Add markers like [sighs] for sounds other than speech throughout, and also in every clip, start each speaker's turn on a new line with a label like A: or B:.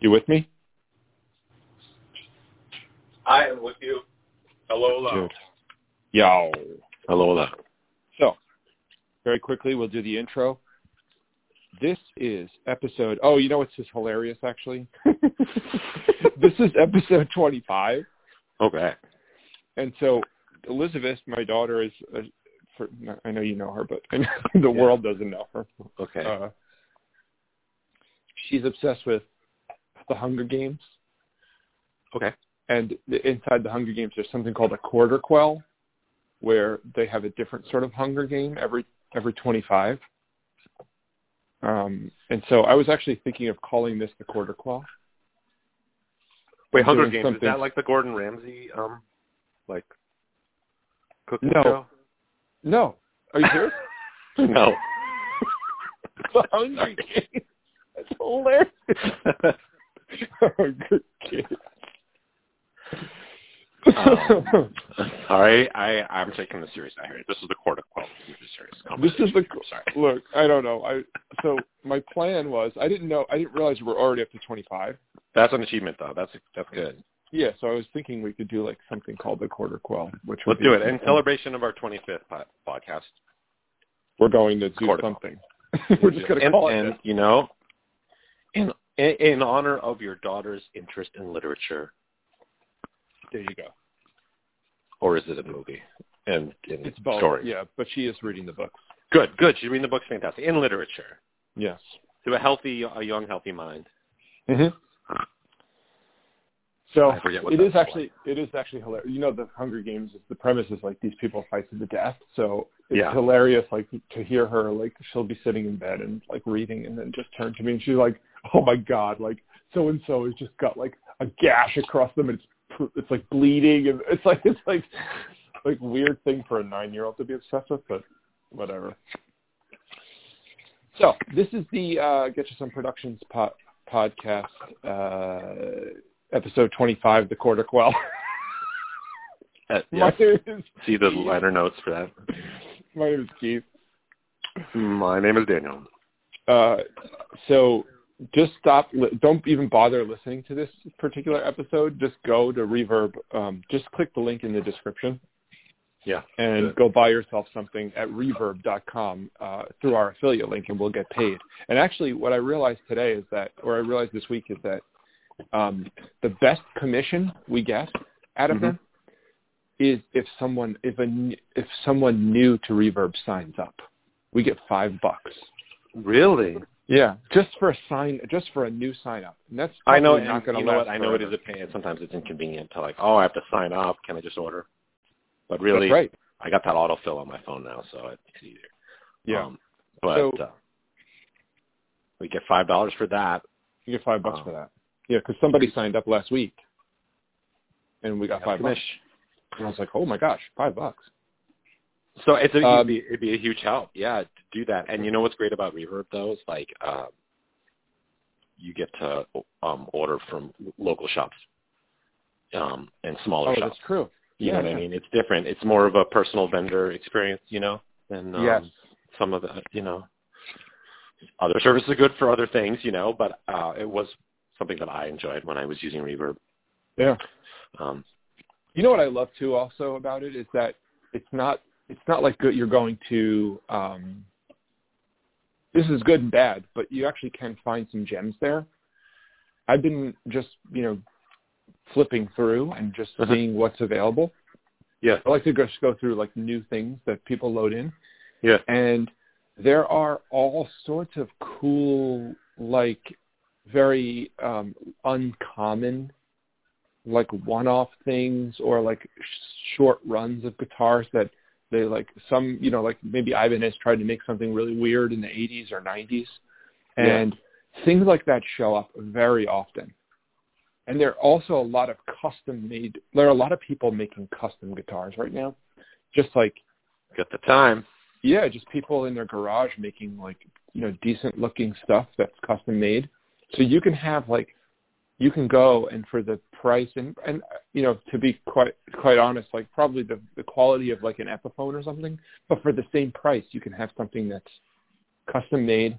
A: You with me?
B: I am with you. Hello, hello.
A: Good. Yo.
B: Hello, hello.
A: So, very quickly, we'll do the intro. This is episode. Oh, you know what's just hilarious, actually? [laughs] this is episode 25.
B: Okay.
A: And so, Elizabeth, my daughter, is. uh for, I know you know her, but [laughs] I know the world doesn't know her.
B: Okay.
A: Uh, she's obsessed with the Hunger Games.
B: Okay.
A: And the, inside the Hunger Games, there's something called a quarter quell, where they have a different sort of Hunger Game every every 25. Um, and so I was actually thinking of calling this the quarter quell.
B: Wait, Hunger
A: doing
B: Games
A: something-
B: is that like the Gordon Ramsay um like cooking
A: No.
B: show?
A: No, are you
B: [laughs]
A: serious? [laughs]
B: no.
A: the Hunger Games. That's hilarious. [laughs] Oh, Hunger Games.
B: Um, Sorry, I I'm taking this serious. I heard this is the quarter quote. This is a serious
A: This is the
B: conversation. I'm
A: [laughs]
B: sorry.
A: Look, I don't know. I so my plan was I didn't know I didn't realize we were already up to 25.
B: That's an achievement though. That's that's good.
A: Yeah, so I was thinking we could do like something called the quarter quell, which would
B: Let's
A: be
B: do it in celebration of our 25th po- podcast.
A: We're going to do
B: Quarter quell.
A: something. [laughs] we're just going to
B: and,
A: call it.
B: and,
A: that.
B: you know, in, in in honor of your daughter's interest in literature,
A: There you go.
B: or is it a movie and, and
A: It's both.
B: story?
A: Yeah, but she is reading the books.
B: Good, good. She's reading the books, fantastic. In literature,
A: Yes.
B: to a healthy, a young, healthy mind.
A: hmm So
B: I forget what
A: it
B: that's
A: is actually it is actually hilarious. You know, the Hunger Games is the premise is like these people fight to the death. So it's
B: Yeah.
A: hilarious, like to hear her like she'll be sitting in bed and like reading, and then just turn to me and she's like, "Oh my god, like so and so has just got like a gash across them, and it's pr- it's like bleeding, and it's like it's like like weird thing for a nine year old to be obsessed with, but whatever." So this is the uh, Get You Some Productions po- podcast. Uh, episode 25, The Quarter Quell. [laughs]
B: Uh, yeah.
A: my, name is,
B: See the liner notes for that.
A: my name is Keith.
B: My name is Daniel.
A: Uh, so just stop. Li- don't even bother listening to this particular episode. Just go to Reverb. Um, just click the link in the description
B: Yeah.
A: and
B: Good.
A: go buy yourself something at reverb.com uh, through our affiliate link and we'll get paid. And actually what I realized today is that, or I realized this week is that um, the best commission we get out of
B: Mhm.
A: them is if someone if a n- if someone new to Reverb signs up, we get five bucks.
B: Really?
A: Yeah, just for a sign, just for a new sign up, and that's
B: I know.
A: probably not
B: and
A: going to
B: you know
A: last
B: what? I know it is
A: forever.
B: a pain. Sometimes it's inconvenient to like, oh, I have to sign up. Can I just order? But really,
A: That's right.
B: I got that autofill on my phone now, so it's easier.
A: Yeah,
B: Um, but
A: So-
B: uh, we get five dollars for that.
A: you get five bucks
B: um,
A: for that. Yeah, because somebody signed up last week, and we got
B: Yeah,
A: five bucks.
B: commish.
A: And I was like, oh my gosh, five bucks.
B: So it's a,
A: Um,
B: it'd, be, it'd be a huge help, yeah, to do that. And you know what's great about Reverb though is like um, you get to um, order from local shops um, and smaller
A: Oh,
B: shops.
A: that's true.
B: You
A: yeah,
B: know what
A: yeah.
B: I mean? It's different. It's more of a personal vendor experience, you know, than um,
A: Yes.
B: some of the you know other services are good for other things, you know. But uh, it was something that I enjoyed when I was using Reverb.
A: Yeah.
B: Um,
A: You know what I love too, also about it is that it's not it's not like good, you're going to. Um, this is good and bad, but you actually can find some gems there. I've been just you know flipping through and just
B: Uh-huh.
A: seeing what's available.
B: yeah,
A: I like to just go through like new things that people load in,
B: yeah,
A: and there are all sorts of cool, like very um, uncommon, like one-off things or like sh- short runs of guitars that they like some, you know, like maybe Ivan has tried to make something really weird in the 80s or 90s,
B: Yeah.
A: and things like that show up very often. And there are also a lot of custom-made. There are a lot of people making custom guitars right now, just like
B: got the time.
A: yeah, just people in their garage making like you know decent looking stuff that's custom made. So you can have like you can go and for the price and and uh, you know to be quite quite honest, like probably the the quality of like an Epiphone or something, but for the same price you can have something that's custom made,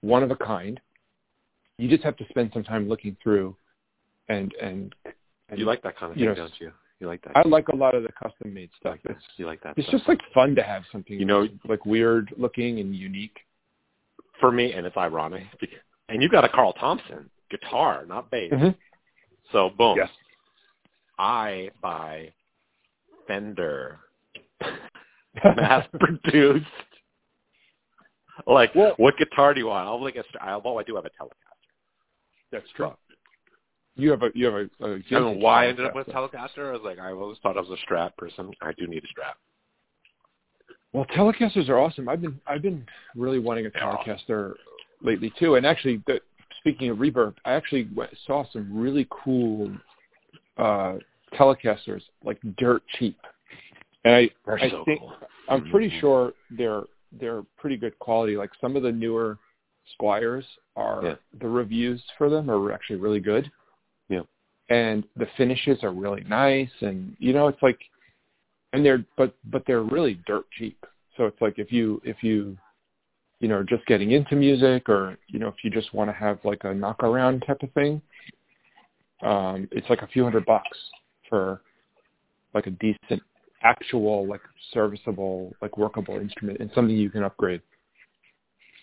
A: one of a kind, you just have to spend some time looking through and and, and
B: you like that kind of
A: you
B: thing,
A: know,
B: don't you? You like that.
A: I like a lot of the custom made [laughs]
B: you
A: stuff.
B: like that.
A: It's
B: You like that.
A: it's
B: stuff.
A: just like fun to have something
B: You know-
A: like weird looking and unique.
B: for me, and it's ironic. because- And you got a Carl Thompson guitar, not bass. So boom.
A: Mm-hmm. Yes.
B: I buy Fender [laughs]
A: [laughs]
B: mass [laughs] produced. Like,
A: Well-
B: what guitar do you want? I'll look at. Although I do have a Telecaster.
A: That's true. You have a you have a, a
B: I don't know why I ended up with Telecaster. I was like, I always thought I was a Strat person. I do need a Strat.
A: Well, Telecasters are awesome. I've been I've been really wanting a
B: They're awesome.
A: Telecaster lately too. And actually, the, speaking of reverb, I actually went, saw some really cool uh, Telecasters, like dirt cheap. And I
B: They're
A: I
B: so
A: think-
B: cool.
A: I'm pretty
B: Mhm.
A: sure they're they're pretty good quality. Like some of the newer Squires are
B: Yeah.
A: the reviews for them are actually really good.
B: Yeah.
A: And the finishes are really nice and you know it's like and they're but but they're really dirt cheap. So it's like if you if you you know are just getting into music or you know if you just want to have like a knockaround type of thing um it's like a few hundred bucks for like a decent actual like serviceable like workable instrument and something you can upgrade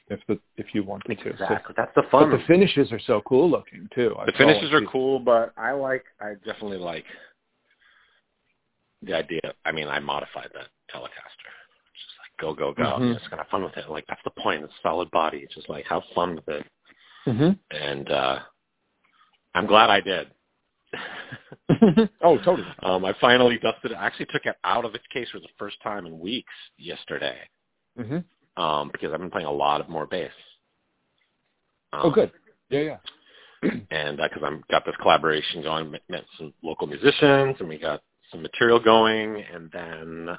A: if the if you wanted to. So-
B: Exactly. That's the
A: but
B: fun.
A: the finishes are so cool looking too. I
B: the
A: saw
B: finishes
A: one
B: are
A: too.
B: cool, but I like I definitely like the idea. I mean, I modified that Telecaster. It's just like go go go.
A: Mhm.
B: It's kind of fun with it. Like that's the point. It's solid body. It's just like have fun with it. And uh I'm glad I did. [laughs]
A: Mhm. [laughs] oh, totally.
B: um, I finally dusted it. I actually took it out of its case for the first time in weeks yesterday
A: hmm
B: um, because I've been playing a lot of more bass. Um,
A: Oh, good. Yeah, yeah.
B: and because I've got this collaboration going, met- met some local musicians, and we got some material going, and then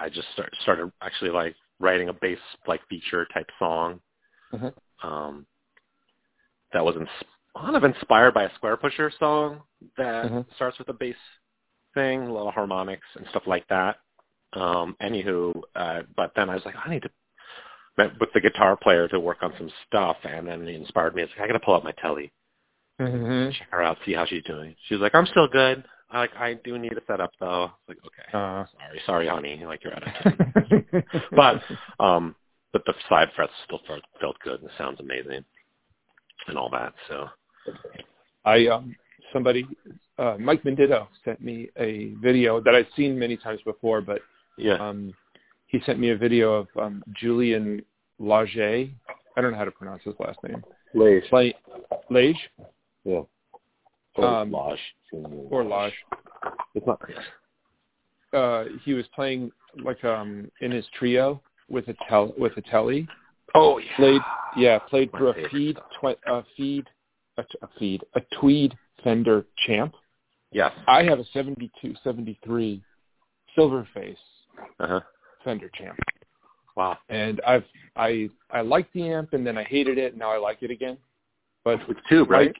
B: I just start, started actually like writing a bass like feature type song
A: Mhm.
B: um, that was ins- kind of inspired by a Square Pusher song that
A: Mhm.
B: starts with a bass thing, a lot of harmonics and stuff like that. Um, anywho, uh, but then I was like, I need to met with the guitar player to work on some stuff, and then it inspired me. It's like I got to pull out my telly
A: Mm-hmm.
B: check her out, see how she's doing. She's like, I'm still good. I like, I do need a setup though. I was like, okay,
A: Uh,
B: sorry, sorry, honey. Like you're out
A: [laughs]
B: of time. [laughs] but um, but the side frets still felt, felt good and sounds amazing, and all that. So
A: I um somebody uh Mike Mendito sent me a video that I've seen many times before, but
B: yeah,
A: um he sent me a video of um Julian Lage. I don't know how to pronounce his last name.
B: Lage,
A: Play Lage
B: yeah,
A: Or Um,
B: Lodge,
A: or Lage.
B: It's not.
A: Uh he was playing like um in his trio with a tel with a telly.
B: Oh yeah,
A: played yeah played
B: My
A: through a
B: favorite
A: feed
B: stuff.
A: twi- a feed a, t- a feed a tweed Fender Champ.
B: yes,
A: I have a 72 73 Silverface
B: uh huh,
A: Fender Champ,
B: wow,
A: and I've I I liked the amp and then I hated it. Now I like it again, but
B: with tube, right?
A: like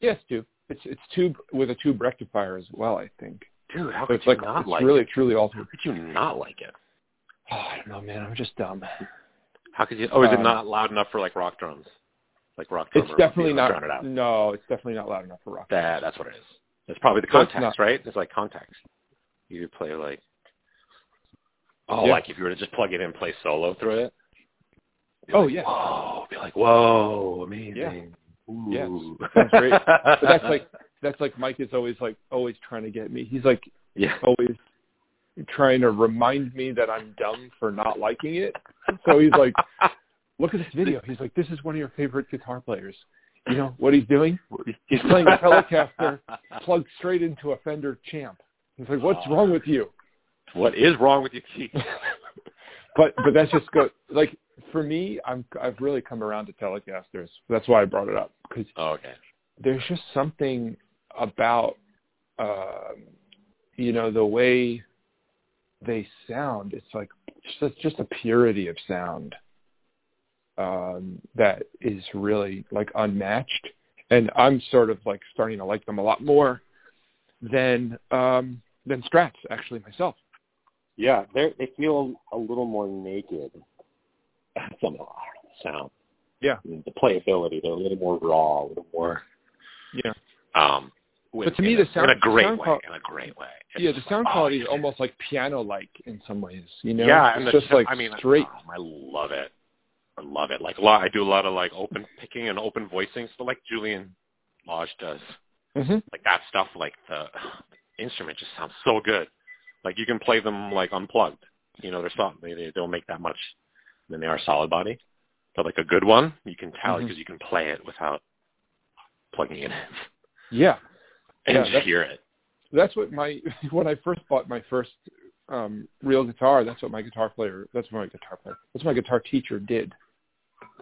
A: yes, tube. It's it's tube with a tube rectifier as well. I think
B: Dude, how
A: so.
B: could
A: It's
B: Oh, you
A: like
B: not
A: it's
B: like
A: really
B: it?
A: truly
B: How
A: altered.
B: could you not like it?
A: Oh, I don't know, man. I'm just dumb.
B: How could you? Oh, is it
A: Um,
B: not loud enough for like rock drums? Like rock drummer.
A: It's
B: would be
A: definitely
B: able to drown it out.
A: not. No, it's definitely not loud enough for rock.
B: That that's what it is. It's probably the
A: So it's
B: context,
A: not-
B: right? It's like context. You could play like oh,
A: Yeah.
B: like if you were to just plug it in, and play solo through it. be
A: Oh,
B: like,
A: yeah.
B: Whoa, be like whoa, amazing.
A: Yes.
B: Ooh.
A: Sounds great. But that's like that's like Mike is always like always trying to get me. He's like
B: [laughs] yeah.
A: always trying to remind me that I'm dumb for not liking it. So he's
B: [laughs]
A: like, look at this video. He's like, this is one of your favorite guitar players. You know what he's doing? He's playing a Telecaster plugged straight into a Fender Champ. He's like, what's
B: Oh.
A: wrong with you?
B: [laughs] What is wrong with you, [laughs] Keith?
A: But but that's just go like for me. I'm I've really come around to Telecasters. That's why I brought it up because
B: Oh, okay.
A: there's just something about um, you know the way they sound. It's like just just a purity of sound um, that is really like unmatched. And I'm sort of like starting to like them a lot more than um, than Strats actually myself.
B: Yeah, [laughs] they they feel a little more naked. That's a sound.
A: Yeah.
B: the playability. They're a little more raw, a little more.
A: Yeah.
B: Um, with,
A: But to me,
B: in a,
A: the sound-
B: in a great
A: sound
B: way,
A: qual-
B: in a great way. It's
A: Yeah, the
B: just
A: sound
B: like, oh,
A: quality is
B: yeah.
A: almost like piano-like in some ways. You know,
B: yeah, and
A: it's
B: the
A: just
B: sound-
A: like
B: I mean,
A: straight.
B: um, I love it. I love it. Like a lot, I do a lot of like open picking and open voicing, so like Julian Lodge does. uh,
A: hmm
B: Like that stuff, like the [sighs] instrument just sounds so good. Like you can play them like unplugged. You know, they're soft. They, they don't make that much. Then they are solid body, but like a good one, you can tell
A: Mhm.
B: because you can play it without plugging it [laughs] in
A: Yeah,
B: and
A: Yeah,
B: just
A: that's-
B: hear it.
A: that's what my [laughs] when I first bought my first um real guitar. That's what my guitar player. That's what my guitar player. That's what my guitar teacher did.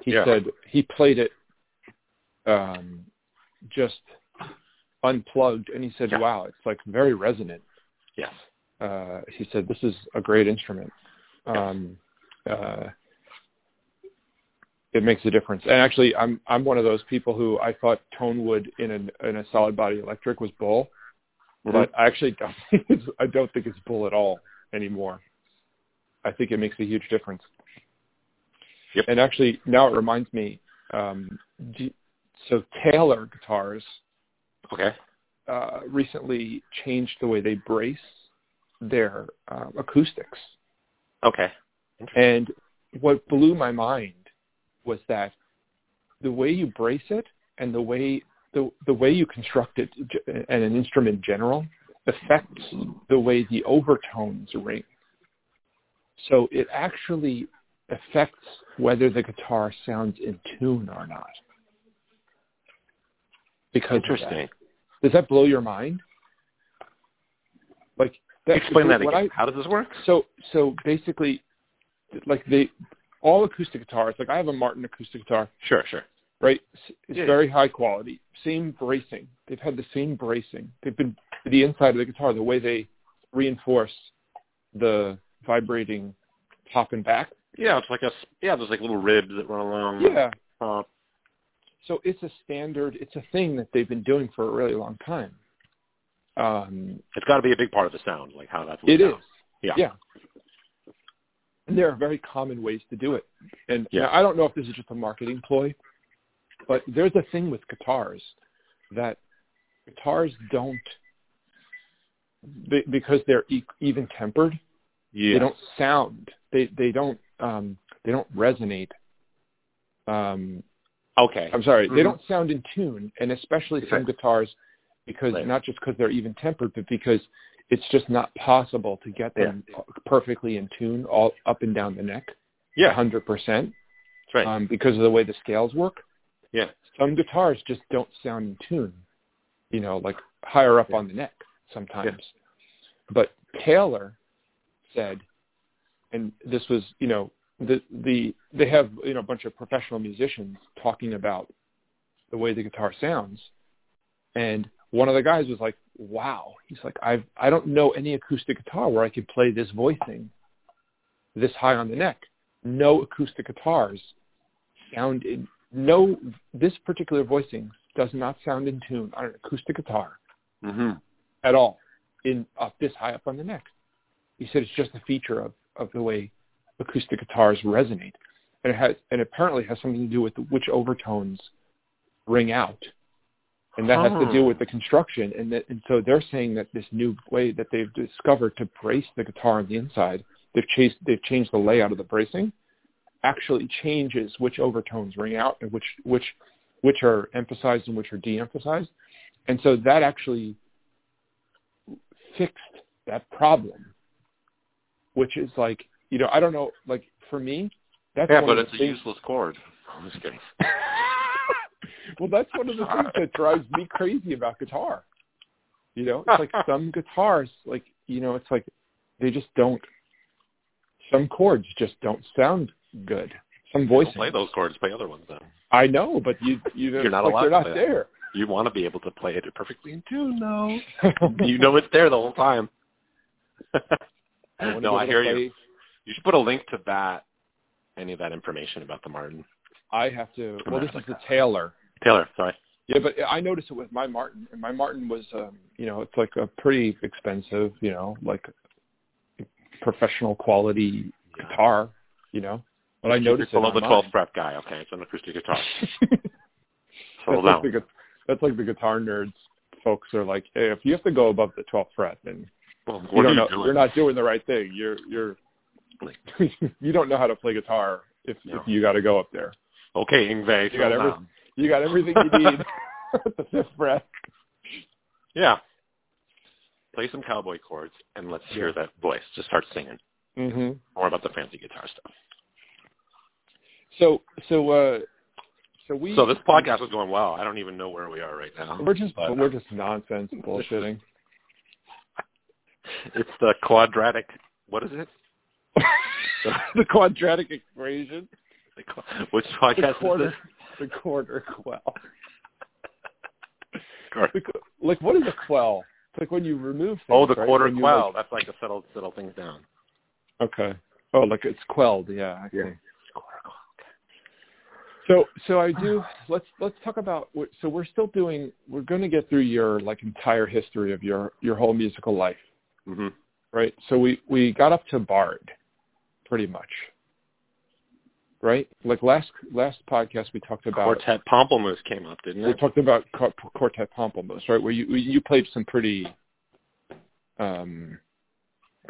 A: He
B: Yeah.
A: said he played it um just unplugged, and he said,
B: Yeah.
A: "Wow, it's like very resonant."
B: Yes.
A: Uh, he said, "This is a great instrument. Um, uh, it makes a difference." And actually, I'm I'm one of those people who I thought tone wood in a in a solid body electric was bull,
B: Mm-hmm.
A: but I actually don't [laughs] think it's, I don't think it's bull at all anymore. I think it makes a huge difference.
B: Yep.
A: And actually, now it reminds me. Um, do, so Taylor guitars
B: Okay.
A: uh, recently changed the way they brace their um, acoustics.
B: Okay.
A: And what blew my mind was that the way you brace it and the way the, the way you construct it ge- and an instrument in general affects the way the overtones ring. So it actually affects whether the guitar sounds in tune or not. Because of that.
B: Interesting.
A: Does that blow your mind? Like that,
B: Explain that
A: when
B: again. How does this work?
A: I, so so basically, like they all acoustic guitars. Like I have a Martin acoustic guitar,
B: Sure, sure.
A: right? It's it's
B: Yeah.
A: very high quality. Same bracing. They've had the same bracing. They've been the inside of the guitar, the way they reinforce the vibrating top and back.
B: Yeah, it's like a s- yeah. There's like little ribs that run along.
A: Yeah.
B: Uh,
A: So it's a standard. It's a thing that they've been doing for a really long time. Um,
B: it's got to be a big part of the sound, like how that's.
A: It
B: laid
A: is.
B: out. Yeah.
A: Yeah. And there are very common ways to do it. And
B: Yeah.
A: now, I don't know if this is just a marketing ploy, but there's a thing with guitars that guitars don't be- because they're e- even tempered.
B: Yeah.
A: They don't sound. They they don't um, they don't resonate. Um,
B: Okay.
A: I'm sorry, they
B: Mhm.
A: don't sound in tune, and especially some guitars, because
B: Right.
A: not just because they're even tempered, but because it's just not possible to get them perfectly in tune, all up and down the neck,
B: Yeah.
A: 100 percent,
B: That's right.
A: um, because of the way the scales work.
B: yeah.
A: Some guitars just don't sound in tune, you know, like higher up
B: Yeah.
A: on the neck sometimes. But Taylor said, and this was, you know, the the they have you know a bunch of professional musicians talking about the way the guitar sounds. And one of the guys was like, "Wow." He's like, "I've I don't know any acoustic guitar where I could play this voicing this high on the neck. No acoustic guitars sound in no this particular voicing does not sound in tune on an acoustic guitar
B: Mm-hmm.
A: at all in up this high up on the neck." He said it's just a feature of of the way acoustic guitars resonate. And it has and apparently has something to do with which overtones ring out. And that has to
B: Huh.
A: do with the construction. And, that, and so they're saying that this new way that they've discovered to brace the guitar on the inside, they've, chased, they've changed the layout of the bracing, actually changes which overtones ring out and which, which, which are emphasized and which are de-emphasized. And so that actually fixed that problem, which is like, you know, I don't know, like for me, that's
B: Yeah,
A: one
B: but
A: of
B: it's
A: the
B: a
A: things- [laughs]
B: useless chord. I'm just kidding.
A: well, that's one of the things that drives me crazy about guitar. You know, it's like
B: [laughs]
A: some guitars, like you know, it's like they just don't. Some chords just don't sound good. Some voices.
B: Don't play those chords. Play other ones then.
A: I know, but you you
B: [laughs] You're not
A: like
B: allowed
A: they're
B: to
A: not
B: play
A: there.
B: You want to be able to play it perfectly in tune,
A: [laughs]
B: though. you know it's there the whole time. [laughs]
A: wanna
B: no,
A: be
B: I
A: able
B: hear
A: to
B: you.
A: play-
B: You should put a link to that, any of that information about the Martin
A: I have to.
B: Come
A: Well,
B: on,
A: this is
B: like
A: the
B: that.
A: Taylor.
B: Taylor. Sorry.
A: Yeah, but I noticed it with my Martin, and my Martin was, um, you know, it's like a pretty expensive, you know, like professional quality
B: Yeah.
A: guitar, you know. But I noticed it
B: below
A: on
B: the
A: mine.
B: 12th fret guy. Okay, it's an acoustic guitar.
A: [laughs]
B: Settle
A: that's, like
B: down.
A: the, gu- that's like the guitar nerds folks are like, hey, if you have to go above the 12th fret, then
B: Well,
A: you
B: what
A: don't
B: are you
A: know,
B: doing?
A: you're not doing the right thing. You're you're
B: Like-
A: [laughs] you don't know how to play guitar if
B: No.
A: if you got to go up there.
B: okay, Ingve,
A: You got
B: settle
A: every-
B: down.
A: You got everything you
B: [laughs]
A: need [laughs] at the fifth fret.
B: Yeah. Play some cowboy chords and let's hear that voice. Just start singing.
A: Mm-hmm.
B: More about the fancy guitar stuff.
A: So so uh so we
B: So this podcast is going well. I don't even know where we are right now.
A: we're just
B: but- uh,
A: we're just nonsense bullshitting.
B: [laughs] It's the quadratic. What is it?
A: the quadratic equation,
B: The qu- Which
A: the
B: podcast is
A: quarter,
B: this?
A: the quarter quell.
B: Quarter.
A: The qu- Like what is a quell? It's like when you remove things.
B: Oh, the
A: right?
B: quarter
A: When you,
B: quell. That's like to settle settle things down.
A: Like, okay. Oh, like it's quelled. Yeah. I
B: Yeah.
A: see.
B: Quarter quell.
A: So, so I do. Let's let's talk about. what- So we're still doing. We're going to get through your like entire history of your your whole musical life,
B: hmm
A: right? So we we got up to Bard, pretty much, right? Like last last podcast we talked about.
B: Quartet Pomplamoose came up, didn't
A: We
B: it?
A: talked about Quar- quartet Pomplamoose, right? Where you where you played some pretty. Um,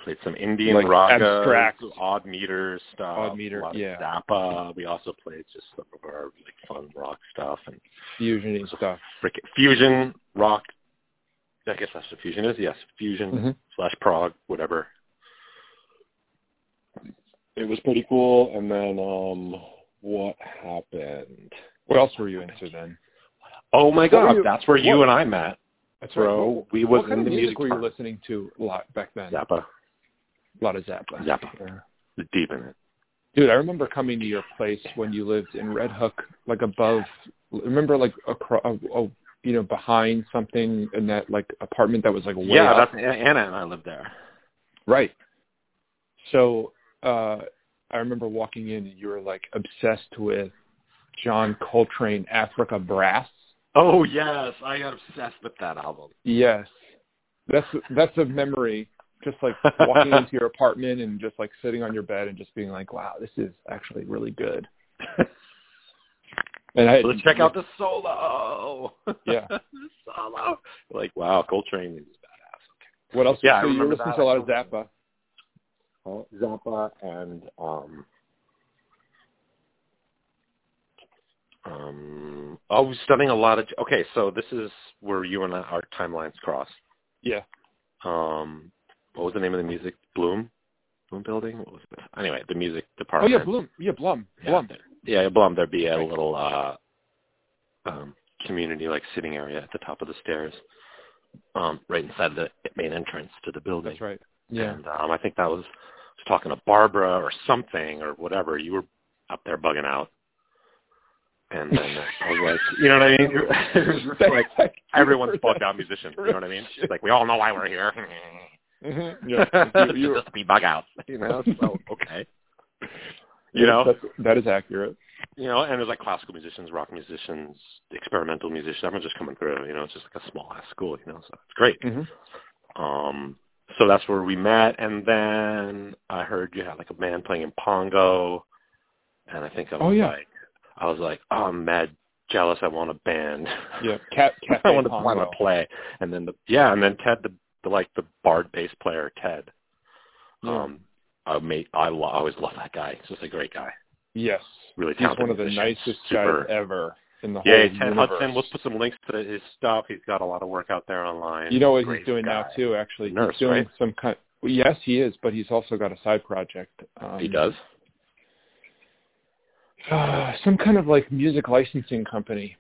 B: Played some Indian
A: Like
B: ragas,
A: abstract.
B: odd meter stuff,
A: Odd meter,
B: a lot
A: yeah.
B: of Zappa. We also played just some of our like fun rock stuff and
A: fusion and stuff.
B: frickin' fusion rock. I guess that's what fusion is. Yes, fusion
A: Mhm.
B: slash prog, whatever. It was pretty cool. And then um, what happened?
A: What else were you into then?
B: Oh my
A: What were
B: God,
A: you-
B: that's where you
A: what-
B: and I met,
A: That's
B: bro.
A: What,
B: we was
A: what
B: in
A: kind
B: the
A: of music, were you
B: department.
A: listening to a lot back then?
B: Zappa,
A: A lot of Zappa.
B: Zappa.
A: Yeah.
B: uh, the deep in it.
A: Dude, I remember coming to your place when you lived in Red Hook, like above. Remember, like across, a, a, you know, behind something in that like apartment that was like way
B: yeah,
A: up.
B: that's Anna and I lived there.
A: right. So uh I remember walking in and you were like obsessed with John Coltrane, Africa Brass.
B: Oh yes, I got obsessed with that album.
A: Yes, that's that's a memory. Just like walking into your apartment and just like sitting on your bed and just being like, wow, this is actually really good. And I
B: Let's check out the solo.
A: Yeah.
B: The [laughs] solo. Like wow, Coltrane is badass.
A: What else?
B: Yeah, I
A: so you were
B: remember
A: listening
B: that.
A: to a lot of Zappa.
B: Okay. Zappa and um, um. Oh, we're studying a lot of. Okay, so this is where you and I, our timelines cross.
A: Yeah.
B: Um, what was the name of the music? Bloom. Bloom Building. What was it? Anyway, the music
A: Oh
B: department.
A: yeah, Bloom. Yeah, Blum.
B: Yeah,
A: Blum.
B: there- yeah, Blum. There'd be a
A: Right.
B: little uh, um, community like sitting area at the top of the stairs, um, right inside the main entrance to the building.
A: That's right.
B: [laughs]
A: Yeah.
B: And um, I think that was I was talking to Barbara or something or whatever. You were up there bugging out, and then I was
A: [laughs]
B: like, you know what I mean? [laughs] It was just like everyone's bugged out musician. You know what I mean? It's like we all know why we're here.
A: Mhm.
B: [laughs]
A: Yeah. You- you-
B: to just be bug out. You know?
A: [laughs]
B: So okay. You know,
A: That's- that is accurate.
B: you know, and there's like classical musicians, rock musicians, experimental musicians. Everyone's just coming through. You know, it's just like a small ass school. You know, so it's great.
A: hmm
B: Um, so that's where we met, and then I heard you had like a band playing in Pongo, and I think I was
A: Oh, yeah.
B: like, I was like, oh, I'm mad jealous. I want a band. [laughs]
A: Yeah. Cat. Cafe
B: I want to
A: Congo.
B: want to play. And then the yeah, and then Ted, the, the like the bard bass player Ted.
A: Yeah.
B: Um, I made I lo- I always love that guy. He's just a great guy.
A: Yes.
B: Really
A: He's
B: talented
A: one of the
B: musician.
A: nicest
B: Super
A: guys ever in the
B: yeah,
A: whole
B: Ted
A: universe.
B: Hudson. We'll put some links to his stuff. He's got a lot of work out there online.
A: you know what
B: Great
A: he's doing now
B: guy.
A: too? Actually,
B: Nurse,
A: he's doing
B: right?
A: some kind. well, yes, he is, but he's also got a side project. Um,
B: He does.
A: Uh, some kind of like music licensing company.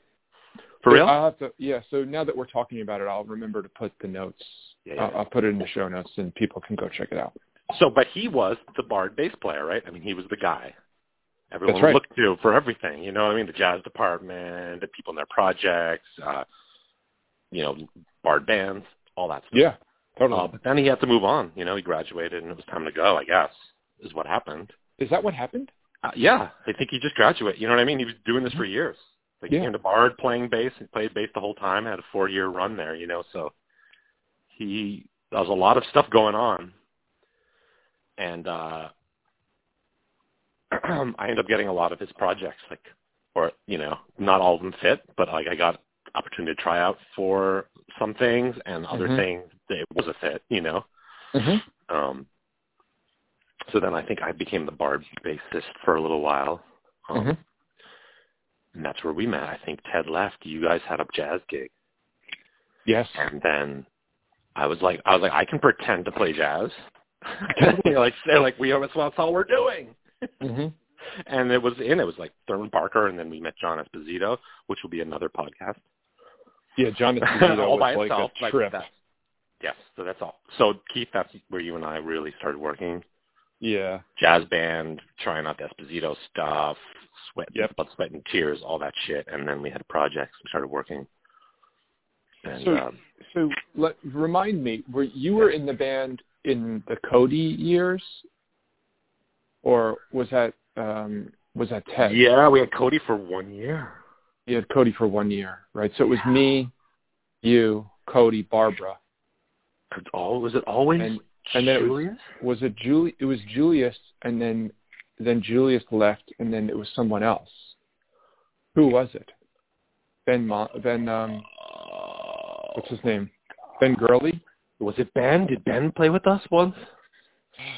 B: For real?
A: I'll have to, yeah. So now that we're talking about it, I'll remember to put the notes.
B: Yeah, yeah.
A: I'll, I'll put it in the show notes, and people can go check it out.
B: so, but he was the Bard bass player, right? I mean, he was the guy everyone
A: right.
B: looked to for everything. You know what I mean? The jazz department, the people in their projects, uh, you know, Bard bands, all that stuff.
A: Yeah,
B: Uh,
A: totally.
B: but then he had to move on. You know, he graduated and it was time to go. I guess is what happened.
A: Is that what happened?
B: Uh, yeah, I think he just graduated. You know what I mean? He was doing this for years. Like
A: Yeah.
B: he came to Bard playing bass and played bass the whole time. Had a four year run there, you know. So he there was a lot of stuff going on, and uh [clears throat] I end up getting a lot of his projects, like, or you know, not all of them fit, but like I got opportunity to try out for some things and other
A: Mhm.
B: things that it was a fit, you know.
A: Mm-hmm.
B: Um, so then I think I became the Barb bassist for a little while, um,
A: Mhm.
B: and that's where we met. I think Ted left. You guys had a jazz gig.
A: Yes.
B: And then I was like, I was like, I can pretend to play jazz. [laughs] they're like, they're like, we are. That's all we're doing. Mm-hmm.
A: hmm
B: And it was in. It was like Thurman Barker, and then we met John Esposito, which will be another podcast
A: Yeah, John [laughs]
B: [laughs]
A: Esposito
B: all by
A: was like
B: itself.
A: a trip.
B: that's, yes, so that's all. So Keith, that's where you and I really started working.
A: yeah.
B: Jazz band, trying out the Esposito stuff, sweat,
A: Yep.
B: blood, sweat, and tears, all that shit. And then we had projects. We started working. And
A: So-
B: um,
A: So let, remind me, were you were in the band in the Cody years, or was that um, was that Ted?
B: yeah, we had Cody for one year.
A: You had Cody for one year, right? So it was me, you, Cody, Barbara.
B: It's all was it always
A: And- and then it was-
B: Julius?
A: Was it Julie? It was Julius, and then then Julius left, and then it was someone else. Who was it? Ben Mon- Ben um,
B: Oh.
A: what's his name? Ben Gurley.
B: was it Ben? Did Ben play with us once?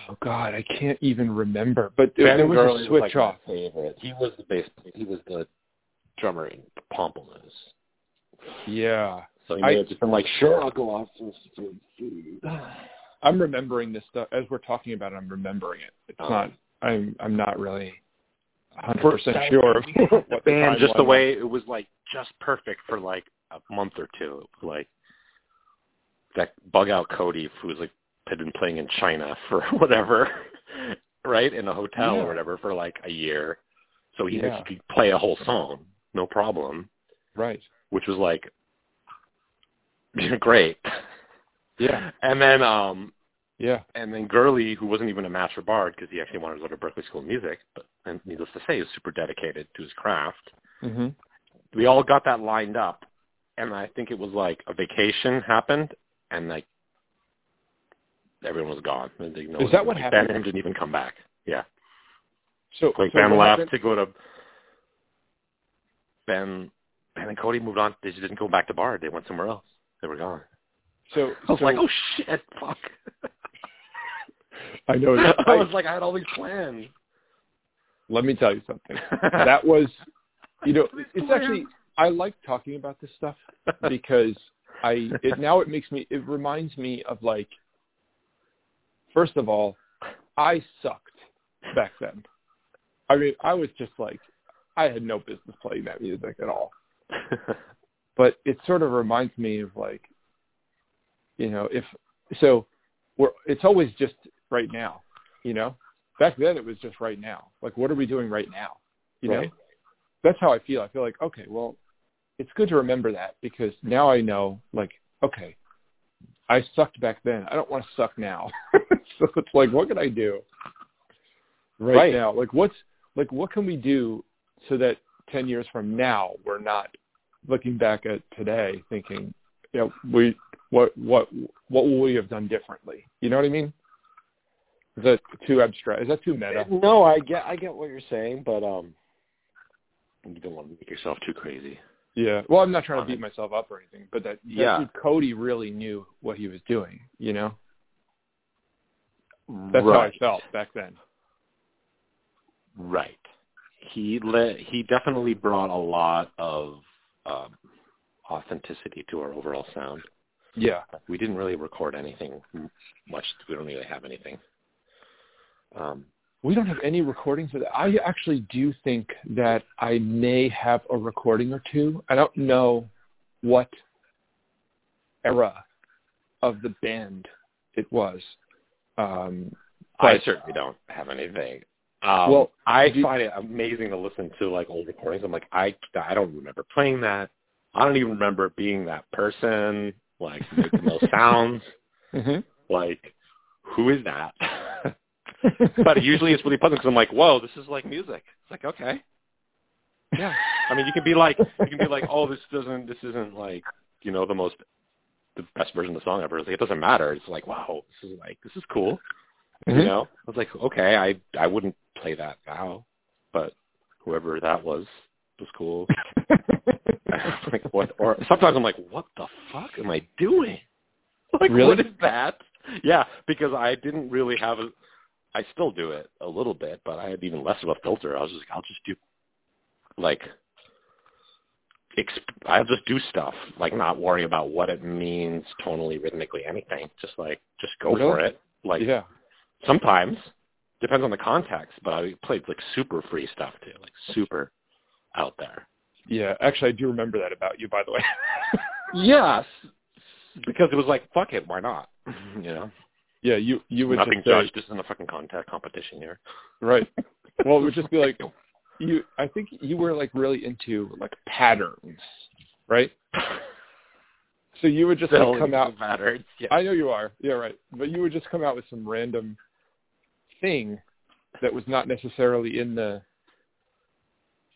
A: Oh God, I can't even remember. But there, there was a switch off.
B: favorite. He was the bass. He was the drummer in Pomplamoose.
A: Yeah.
B: So he
A: I-
B: may have just been like, "Sure, I'll go out for some food."
A: [sighs] I'm remembering this stuff as we're talking about it. I'm remembering it. It's
B: Um,
A: not. I'm. I'm not really 100 percent
B: That-
A: sure. of [laughs] what
B: the
A: the
B: band, just the
A: timeline
B: way it was like just perfect for like a month or two. Like that bug out Cody, who was like had been playing in China [laughs] for whatever, right in a hotel
A: Yeah.
B: or whatever for like a year, so he
A: Yeah.
B: could play a whole song, no problem.
A: was. Right.
B: Which was like [laughs] great.
A: Yeah.
B: And then um
A: Yeah.
B: and then Gurley, who wasn't even a master bard because he actually wanted to go to Berkeley School of Music, but and needless to say, is super dedicated to his craft.
A: hmm
B: We all got that lined up, and I think it was like a vacation happened, and like everyone was gone. And they- no
A: Is
B: one-
A: that what
B: Ben
A: happened?
B: and him didn't even come back. Yeah,
A: So,
B: like
A: so
B: Ben
A: what
B: left
A: happened-
B: to go to Ben. Ben and Cody moved on. They just didn't go back to Bard. They went somewhere else. They were gone.
A: So,
B: [laughs] I was
A: so
B: like, oh shit, fuck.
A: I know. it's-
B: [laughs] I was like, I had all these [laughs] plans.
A: let me tell you
B: [laughs]
A: something. That was, you know, it's actually. I like talking about this stuff because I it now it makes me it reminds me of like. First of all, I sucked back then. I mean, I was just like, I had no business playing that music at all.
B: [laughs]
A: But it sort of reminds me of like, you know, if so, we're it's always just right now, you know. Back then, it was just right now. Like, what are we doing right now? You know,
B: Right.
A: that's how I feel. I feel like, okay, well, it's good to remember that because now I know, like, okay, I sucked back then. I don't want to suck now. [laughs] so it's like, what can I do right,
B: Right.
A: now? Like, what's like, what can we do so that ten years from now we're not looking back at today thinking, you know, we what what what will we have done differently? You know what I mean? Is that too abstract? Is that too meta?
B: Uh, No, I get I get what you're saying, but um, you don't want to make yourself too crazy.
A: Yeah. Well, I'm not trying to
B: on
A: beat
B: it.
A: myself up or anything, but that, that
B: Yeah.
A: dude Cody really knew what he was doing. You know, that's
B: right.
A: how I felt back then.
B: Right. He le- he definitely brought a lot of um, authenticity to our overall sound.
A: Yeah.
B: We didn't really record anything much. We don't really have anything. Um,
A: We don't have any recordings of that. I actually do think that I may have a recording or two. I don't know what era of the band it was. Um,
B: I
A: But-
B: certainly don't have anything. Um,
A: Well,
B: I
A: do-
B: find it amazing to listen to like old recordings. I'm like, I I don't remember playing that. I don't even remember being that person. Like making
A: [laughs]
B: those sounds. Mm-hmm. Like, who is that? [laughs] but usually it's really fun because I'm like, whoa, this is like music. It's like okay. [laughs]
A: yeah,
B: I mean, you can be like, you can be like, oh, this doesn't, this isn't like, you know, the most, the best version of the song ever. It's like, it doesn't matter. It's like, wow,
A: Mm-hmm.
B: this is like, this is cool. You know, I was like, okay, I I wouldn't play that now. but whoever that was was
A: [laughs]
B: cool. like what? Or sometimes I'm like, what the fuck am I doing? [laughs] Like
A: Really?
B: what is that? Yeah, because I didn't really have a. I still do it a little bit, but I had even less of a filter. I was just like, I'll just do, like, exp- I'll just do stuff, like not worry about what it means tonally, rhythmically, anything. Just like, just go for
A: Really?
B: it. [laughs] Like,
A: yeah.
B: sometimes depends on the context but i played like super free stuff too like super out there
A: Yeah. Actually, I do remember that about you, by the way. [laughs]
B: yes because it was like fuck it why not [laughs] you know
A: yeah. You you would
B: nothing
A: just say,
B: judged this isn't a fucking contest competition here
A: right. Well, it would just be
B: [laughs]
A: like you. I think you were like really into like patterns, right? So you would just
B: Still
A: like come out.
B: matters yeah
A: I know you are. Yeah, right. But you would just come out with some random thing that was not necessarily in the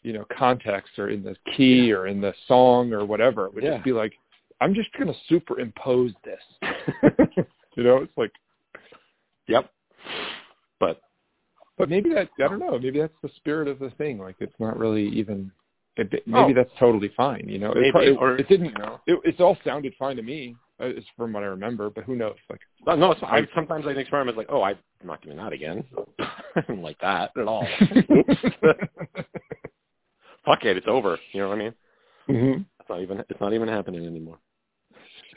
A: you know context or in the key or in the song or whatever. It would
B: Yeah.
A: just be like, I'm just going to superimpose this. you know, it's like,
B: [laughs] yep but
A: but maybe that I don't know. Maybe that's the spirit of the thing. Like it's not really even. It, maybe
B: Oh.
A: that's totally fine. You know,
B: Maybe,
A: it, pro- it,
B: or,
A: it didn't.
B: you know.
A: It, it's all sounded fine to me. uh, It's from what I remember, but who knows? Like,
B: no, no it's, I sometimes I experiment like, oh, I'm not doing that again. [laughs] I didn't like that at
A: [laughs]
B: [laughs] all. Fuck it, it's over. You know what I mean?
A: hmm
B: It's not even it's not even happening anymore.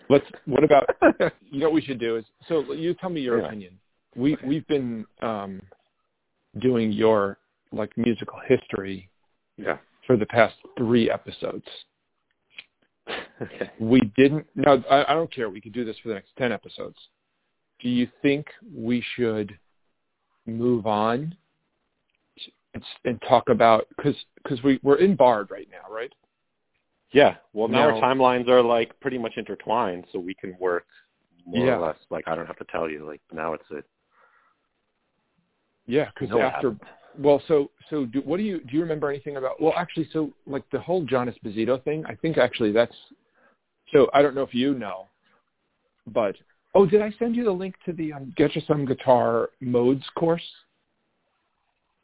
A: Let's. What about?
B: [laughs]
A: you know, what we should do is. So you tell me your
B: Yeah.
A: opinion. We we've been um, doing your like musical history
B: yeah.
A: for the past three episodes.
B: [laughs] Okay.
A: We didn't. Now I, I don't care. We could do this for the next ten episodes. Do you think we should move on and, and talk about because because we we're in Bard right now, right?
B: Yeah. Well, now,
A: Now-
B: our timelines are like pretty much intertwined, so we can work more
A: Yeah.
B: or less. Like I don't have to tell you. Like now it's a
A: Yeah, because
B: No, it
A: after
B: happened.
A: well, so so do, what do you do you remember anything about? Well, actually, so like the whole John Esposito thing, I think actually that's so I don't know if you know, but oh, did I send you the link to the um, Get You Some Guitar Modes course?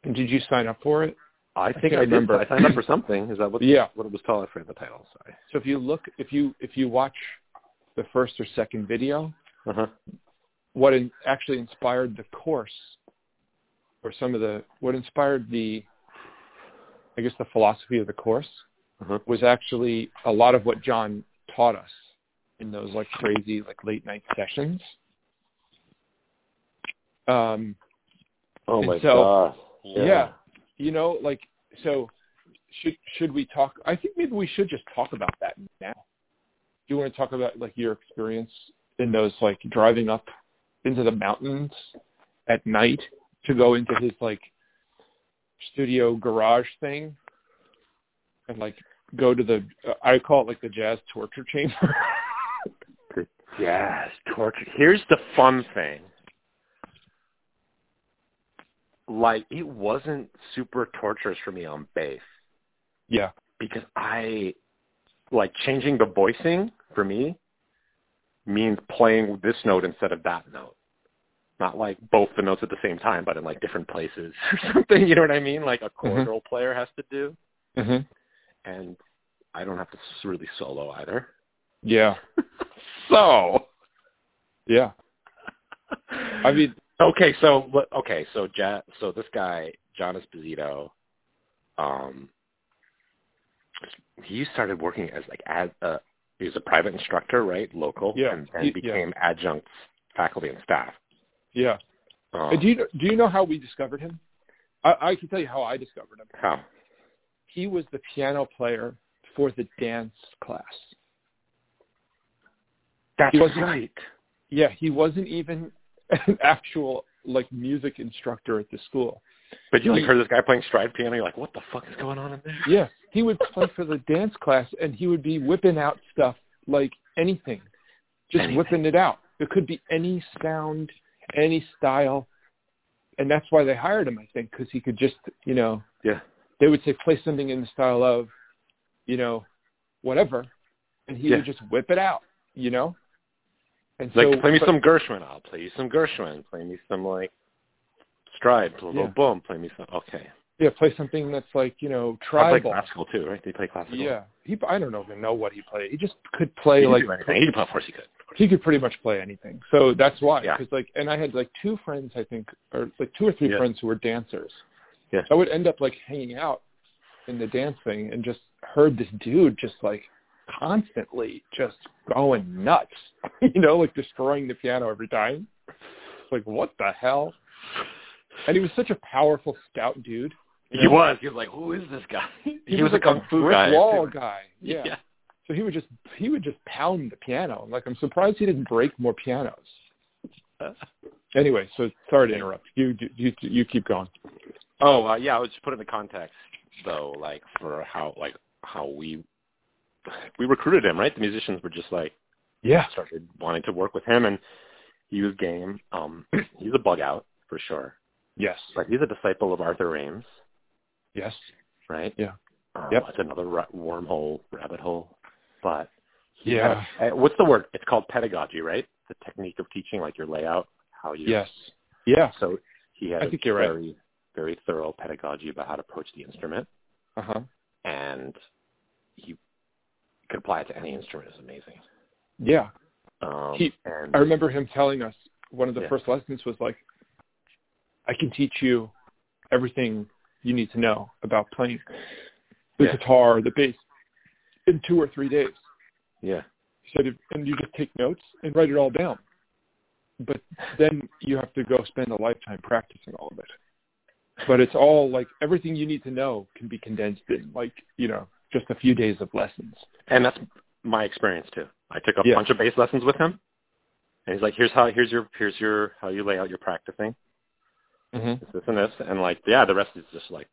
A: And did you sign up for it?
B: I
A: think I
B: did-
A: remember.
B: I signed up for something. Is that what?
A: Yeah.
B: What it was called? I forget the title. Sorry.
A: So if you look, if you if you watch the first or second video,
B: Uh
A: Uh-huh.
B: huh.
A: what in, actually inspired the course or some of the what inspired the i guess the philosophy of the course
B: Uh-huh.
A: was actually a lot of what john taught us in those like crazy like late night sessions um
B: Oh
A: And
B: my
A: so-
B: god. Yeah.
A: yeah. you know like so should should we talk i think maybe we should just talk about that now do you want to talk about like your experience in those like driving up into the mountains at night to go into his like studio garage thing and like go to the uh, i call it like the jazz torture chamber [laughs]
B: Yes. Torture. Here's the fun thing. Like it wasn't super torturous for me on bass.
A: yeah
B: because I like changing the voicing for me means playing this note instead of that note. Not like both the notes at the same time, but in like different places [laughs] or something. You know what I mean? Like a choral player has to do,
A: mm-hmm.
B: and I don't have to s- really solo either.
A: yeah
B: [laughs] So,
A: yeah i mean
B: okay, so what- okay, so ja- so this guy John Esposito, um, he started working as like as a he was a private instructor, right, local,
A: Yeah.
B: and, and
A: He- yeah.
B: became adjunct faculty and staff.
A: yeah
B: Um,
A: And do you do you know how we discovered him? I, I can tell you how I discovered him.
B: how?
A: He was the piano player for the dance class.
B: That's
A: He wasn't-
B: right.
A: Yeah, he wasn't even [laughs] an actual like music instructor at the school.
B: But you like
A: he-
B: heard this guy playing stride piano, you're like, what the fuck is going on in there?
A: Yeah, he would play for the dance class, and he would be whipping out stuff like anything, just
B: Anything.
A: whipping it out. It could be any sound, any style, and that's why they hired him, I think, because he could just you know
B: Yeah.
A: they would say play something in the style of, you know, whatever, and he
B: Yeah.
A: would just whip it out, you know. And
B: Like,
A: so,
B: play me
A: but-
B: some Gershwin. I'll play you some Gershwin. Play me some like stride. Blah, blah,
A: Yeah.
B: boom. Play me some. Okay.
A: Yeah, play something that's like you know
B: I play
A: tribal.
B: classical too, right? They play classical.
A: yeah, he. I don't know- even know what he played. He just could play
B: He could
A: like
B: do anything. He, of course he could.
A: he could pretty much play anything. So that's why,
B: Yeah.
A: because like, and I had like two friends, I think, or like two or three
B: Yeah.
A: friends who were dancers.
B: Yeah.
A: So I would end up like hanging out in the dance thing and just heard this dude just like constantly just going nuts, [laughs] you know, like destroying the piano every time. It's like what the hell? And he was such a powerful, stout dude.
B: He was. He was like, who is this guy? [laughs] He, was, a
A: like
B: kung fu
A: brick
B: guy.
A: wall
B: too.
A: guy. Yeah.
B: yeah.
A: So he would just he would just pound the piano. Like I'm surprised he didn't break more
B: [laughs]
A: pianos. Anyway, so sorry to interrupt. You you you keep going.
B: Oh uh, yeah, I was just put in the context though, like for how like how we we recruited him, right? The musicians were just like
A: Yeah.
B: started wanting to work with him, and he was game. Um, [clears throat] he's a bug out for sure,
A: Yes.
B: but he's a disciple of Arthur Rames,
A: Yes.
B: right?
A: Yeah.
B: Um,
A: Yep.
B: It's another ra- wormhole, rabbit hole, but he
A: Yeah.
B: had- uh, what's the word? It's called pedagogy, right? The technique of teaching, like your layout, how you.
A: Yes. Yeah.
B: So he had
A: I
B: a
A: think you're right.
B: very very thorough pedagogy about how to approach the instrument.
A: Uh huh.
B: and he could apply it to any instrument. It's amazing.
A: Yeah.
B: Um,
A: He-
B: and
A: I remember him telling us one of the
B: Yeah.
A: first lessons was like, I can teach you everything you need to know about playing the
B: Yeah.
A: guitar, the bass, in two or three days.
B: yeah,
A: He said, "If- and you just take notes and write it all down. But then you have to go spend a lifetime practicing all of it. But it's all like everything you need to know can be condensed in like, you know, just a few days of lessons.
B: and that's my experience too. I took a
A: Yeah.
B: bunch of bass lessons with him, and he's like, "Here's how. Here's your. Here's your how you lay out your practicing.
A: Mm-hmm.
B: It's this and this." And like, yeah, the rest is just like,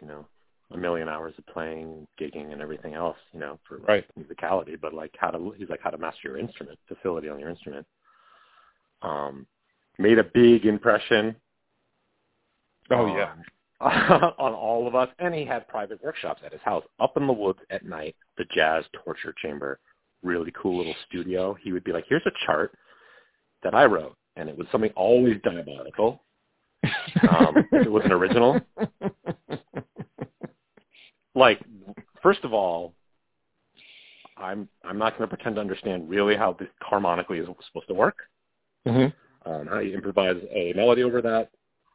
B: you know, a million hours of playing, gigging, and everything else. You know, for
A: Right.
B: musicality, but like how to he's like how to master your instrument, facility on your instrument. Um, made a big impression
A: Oh,
B: on-
A: yeah.
B: on [laughs] all of us. And he had private workshops at his house, up in the woods at night, the jazz torture chamber. Really cool little studio. He would be like, "Here's a chart that I wrote, and it was something always diabolical. Um, if it was
A: [laughs]
B: an original, like, first of all." I'm I'm not going to pretend to understand really how this harmonically is supposed to work.
A: Mhm.
B: um, how you improvise a melody over that.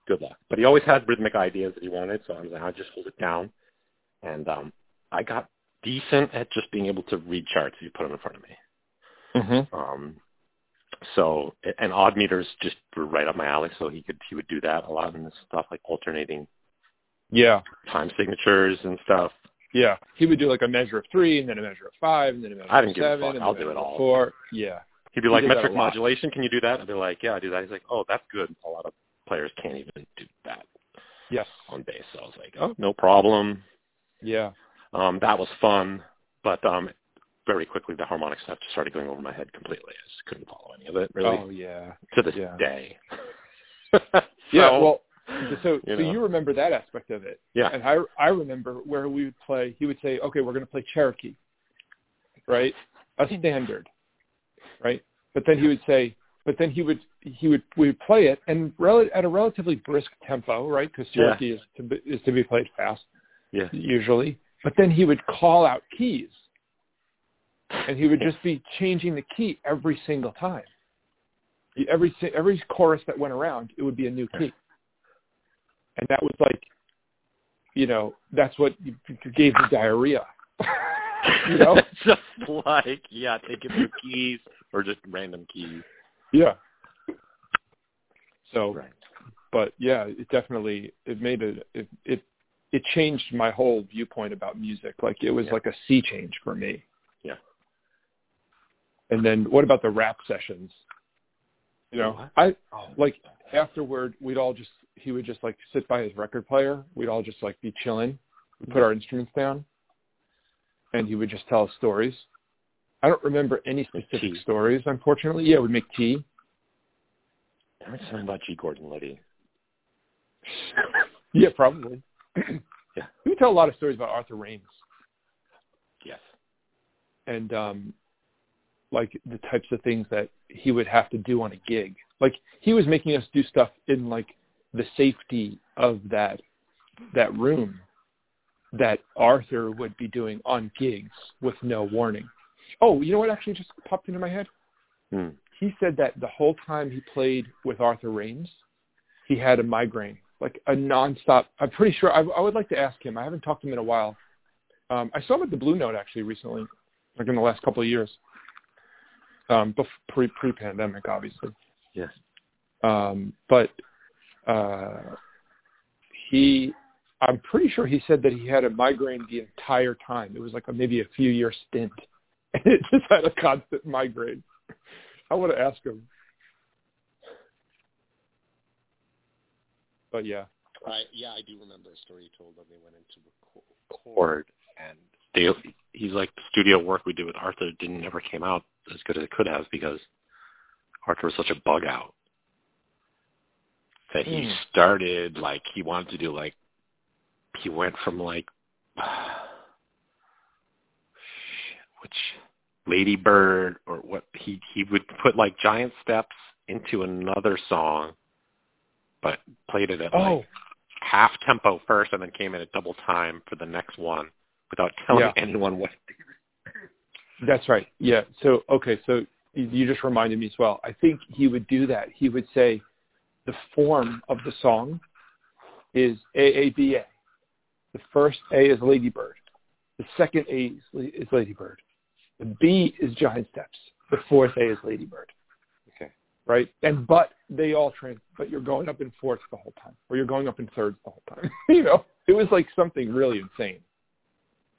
B: Good luck. But he always had rhythmic ideas that he wanted, so I was like, I'll just hold it down. And um, I got decent at just being able to read charts if you put them in front of me.
A: Mhm.
B: Um, so and odd meters just were right up my alley, so he could he would do that a lot and this stuff like alternating
A: Yeah.
B: time signatures and stuff.
A: Yeah. He would do like a measure of three and then a measure of five and then a measure
B: I didn't
A: of
B: give a
A: seven
B: fuck.
A: and then
B: I'll
A: a
B: do it
A: measure
B: all.
A: of four. Yeah.
B: He'd be like,
A: did that a
B: metric
A: lot.
B: modulation, can you do that? I'd be like, yeah, I do that. He's like, oh, that's good. A lot of players can't even do that
A: Yes.
B: on bass. So I was like, oh, no problem.
A: Yeah.
B: Um, that was fun, but um, very quickly the harmonic stuff just started going over my head completely. I just couldn't follow any of it really
A: Oh yeah.
B: to this
A: yeah.
B: day.
A: [laughs] Yeah.
B: [laughs] So,
A: Well, so
B: you
A: so
B: know.
A: you remember that aspect of it.
B: yeah,
A: And I I remember where we would play. He would say, "Okay, we're going to play Cherokee, right? A standard, right?" But then he would say, "But then he would he would we would play it and rel- at a relatively brisk tempo, right? Because
B: Yeah.
A: Cherokee is to be, is to be played fast
B: yeah,
A: usually. But then he would call out keys, and he would just be changing the key every single time. Every si- every chorus that went around, it would be a new key, and that was like, you know, that's what you- you gave me diarrhea. [laughs] [laughs] you know?
B: [laughs] just like yeah, taking the keys or just random keys.
A: Yeah. So,
B: Right.
A: but yeah, it definitely it made it it it, it changed my whole viewpoint about music. Like it was
B: Yeah.
A: like a sea change for me.
B: Yeah.
A: And then what about the rap sessions? You know,
B: What?
A: I
B: Oh,
A: like afterward we'd all just he would just like sit by his record player. We'd all just like be chilling.
B: Oh,
A: We
B: Mm-hmm.
A: put our instruments down, and he would just tell us stories. I don't remember any
B: Make
A: specific
B: tea.
A: stories, unfortunately. Yeah, we'd make tea.
B: I heard something about G. Gordon Liddy.
A: Yeah, probably. [clears throat]
B: Yeah.
A: We tell a lot of stories about Arthur Raines
B: Yes.
A: and um like the types of things that he would have to do on a gig. Like he was making us do stuff in like the safety of that that room that Arthur would be doing on gigs with no warning. Oh, you know what actually just popped into my head?
B: Hmm.
A: He said that the whole time he played with Arthur Raines, he had a migraine, like a nonstop. I'm pretty sure. I, I would like to ask him. I haven't talked to him in a while. Um, I saw him at the Blue Note actually recently, like in the last couple of years, um, bef- pre pre pandemic, obviously.
B: Yes.
A: Um, but uh, he, I'm pretty sure he said that he had a migraine the entire time. It was like a, maybe a few year stint, [laughs] and it just had a constant migraine. I want to ask him. But yeah,
B: I, yeah, I do remember a story he told when they went into record, and they he's like the studio work we did with Arthur didn't ever came out as good as it could have because Arthur was such a bug out that he
A: Hmm.
B: started like he wanted to do like he went from like [sighs] which Lady Bird or what he he would put like giant steps into another song but played it at like
A: oh,
B: half tempo first and then came in at double time for the next one without telling
A: Yeah.
B: anyone what
A: That's right. Yeah. So okay. So you- you just reminded me as well. I think he would do that. He would say, the form of the song is A A B A. The first A is Ladybird. The second A is La- is Ladybird. The B is Giant Steps. The fourth A is Ladybird.
B: Okay.
A: Right. And but they all trans. But you're going up in fourths the whole time, or you're going up in thirds the whole time. [laughs] you know, it was like something really insane.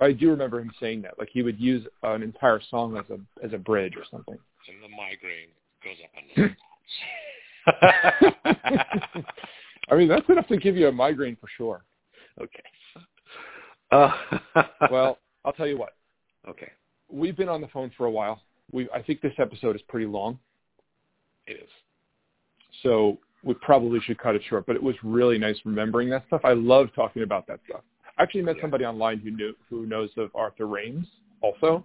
A: I do remember him saying that. Like he would use an entire song as a as a bridge or something.
B: and the migraine goes up
A: [laughs] I mean, that's enough to give you a migraine for sure.
B: [laughs] okay. Uh, [laughs]
A: Well, I'll tell you what.
B: okay.
A: We've been on the phone for a while. We I think this episode is pretty long,
B: It is.
A: so we probably should cut it short. But it was really nice remembering that stuff. I love talking about that stuff. I actually met
B: Yeah.
A: somebody online who knew who knows of Arthur Raines also.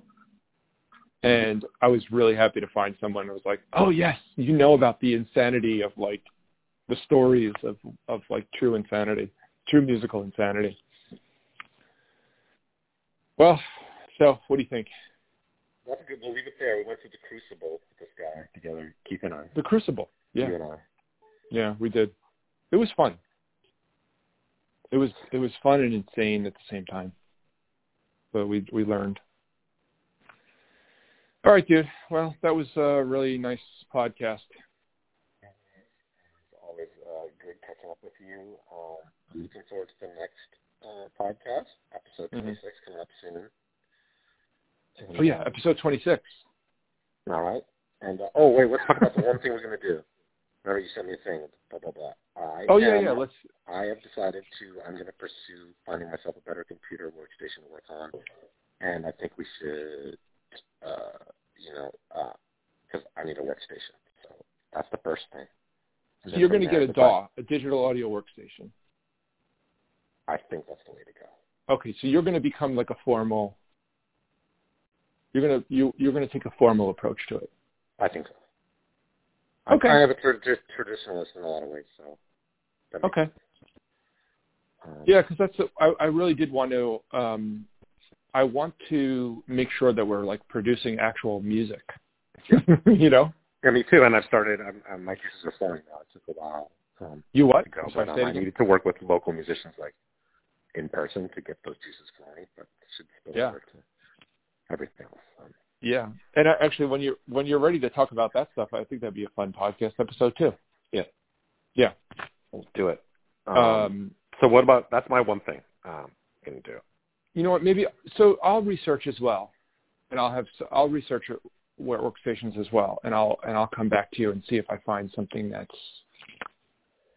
A: And I was really happy to find someone who was like, "Oh yes, you know about the insanity of like the stories of of like true insanity, true musical insanity. Well, so what do you think?
B: That's a good movie to pair. We went through The Crucible with this guy together, Keith and I.
A: The Crucible. Yeah,
B: You and I.
A: yeah, we did. It was fun. It was it was fun and insane at the same time. But we we learned. All right, dude. Well, that was a really nice podcast.
B: It's always uh, good catching up with you. Um, looking forward to the next uh, podcast, episode
A: Mhm.
B: 26, coming up soon.
A: Oh yeah, episode twenty six.
B: All right. And uh, oh wait, let's talk about the one thing we're gonna do. Remember, you sent me a thing. Blah blah blah. I
A: Oh yeah,
B: am-
A: yeah. Let's.
B: I have decided to. I'm gonna pursue finding myself a better computer workstation to work on, and I think we should. Uh, you know, because I need a workstation. So that's the first thing. And then
A: You're
B: from
A: going to
B: there,
A: get a
B: if I-
A: DAW, a digital audio workstation.
B: I think that's the way to go.
A: Okay, so you're going to become like a formal. You're going to you you're going to take a formal approach to it.
B: I think so. I'm
A: Okay.
B: kind of a tra- tra- traditionalist in a lot of ways, so. that makes
A: Okay.
B: sense. Um,
A: Yeah, because that's a- I I really did want to um, I want to make sure that we're like producing actual music. you know,
B: Yeah, me too. And I've started. I'm, I'm, my juices are flowing now. It took a while um,
A: you what?
B: to go,
A: I'm sorry,
B: but um,
A: say it
B: I
A: again.
B: needed to work with local musicians, like in person, to get those juices flowing. But it should still
A: Yeah.
B: work to everything else. Um,
A: Yeah, and I, actually, when you when you're ready to talk about that stuff, I think that'd be a fun podcast episode too.
B: let's do it. Um,
A: Um,
B: so what about? That's my one thing. Um, I'm gonna do.
A: you know what? Maybe so. I'll research as well, and I'll have I'll research it where workstations as well, and I'll and I'll come back to you and see if I find something that's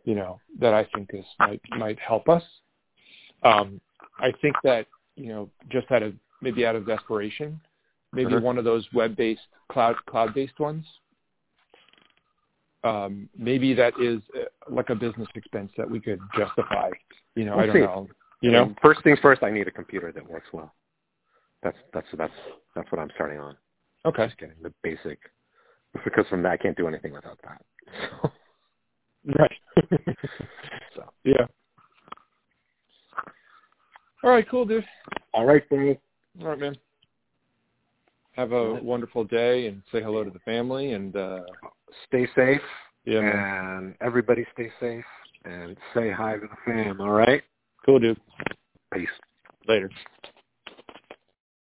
A: you know that I think is might might help us. Um, I think that you know just out of maybe out of desperation, maybe
B: Mhm.
A: one of those web-based cloud cloud-based ones. Um, maybe that is uh, like a business expense that we could justify. You know, I
B: We'll
A: don't
B: see.
A: know. You know,
B: And first things first. I need a computer that works well. That's that's that's that's what I'm starting on.
A: okay.
B: Just getting the basic, because from that I can't do anything without that. [laughs]
A: [laughs] Right.
B: So.
A: yeah. All right, cool, dude.
B: All right, Danny.
A: All right, man. Have a wonderful day and say hello to the family and uh
B: Stay safe.
A: yeah, man.
B: And everybody stay safe and say hi to the fam, all right?
A: Cool, dude.
B: Peace.
A: Later.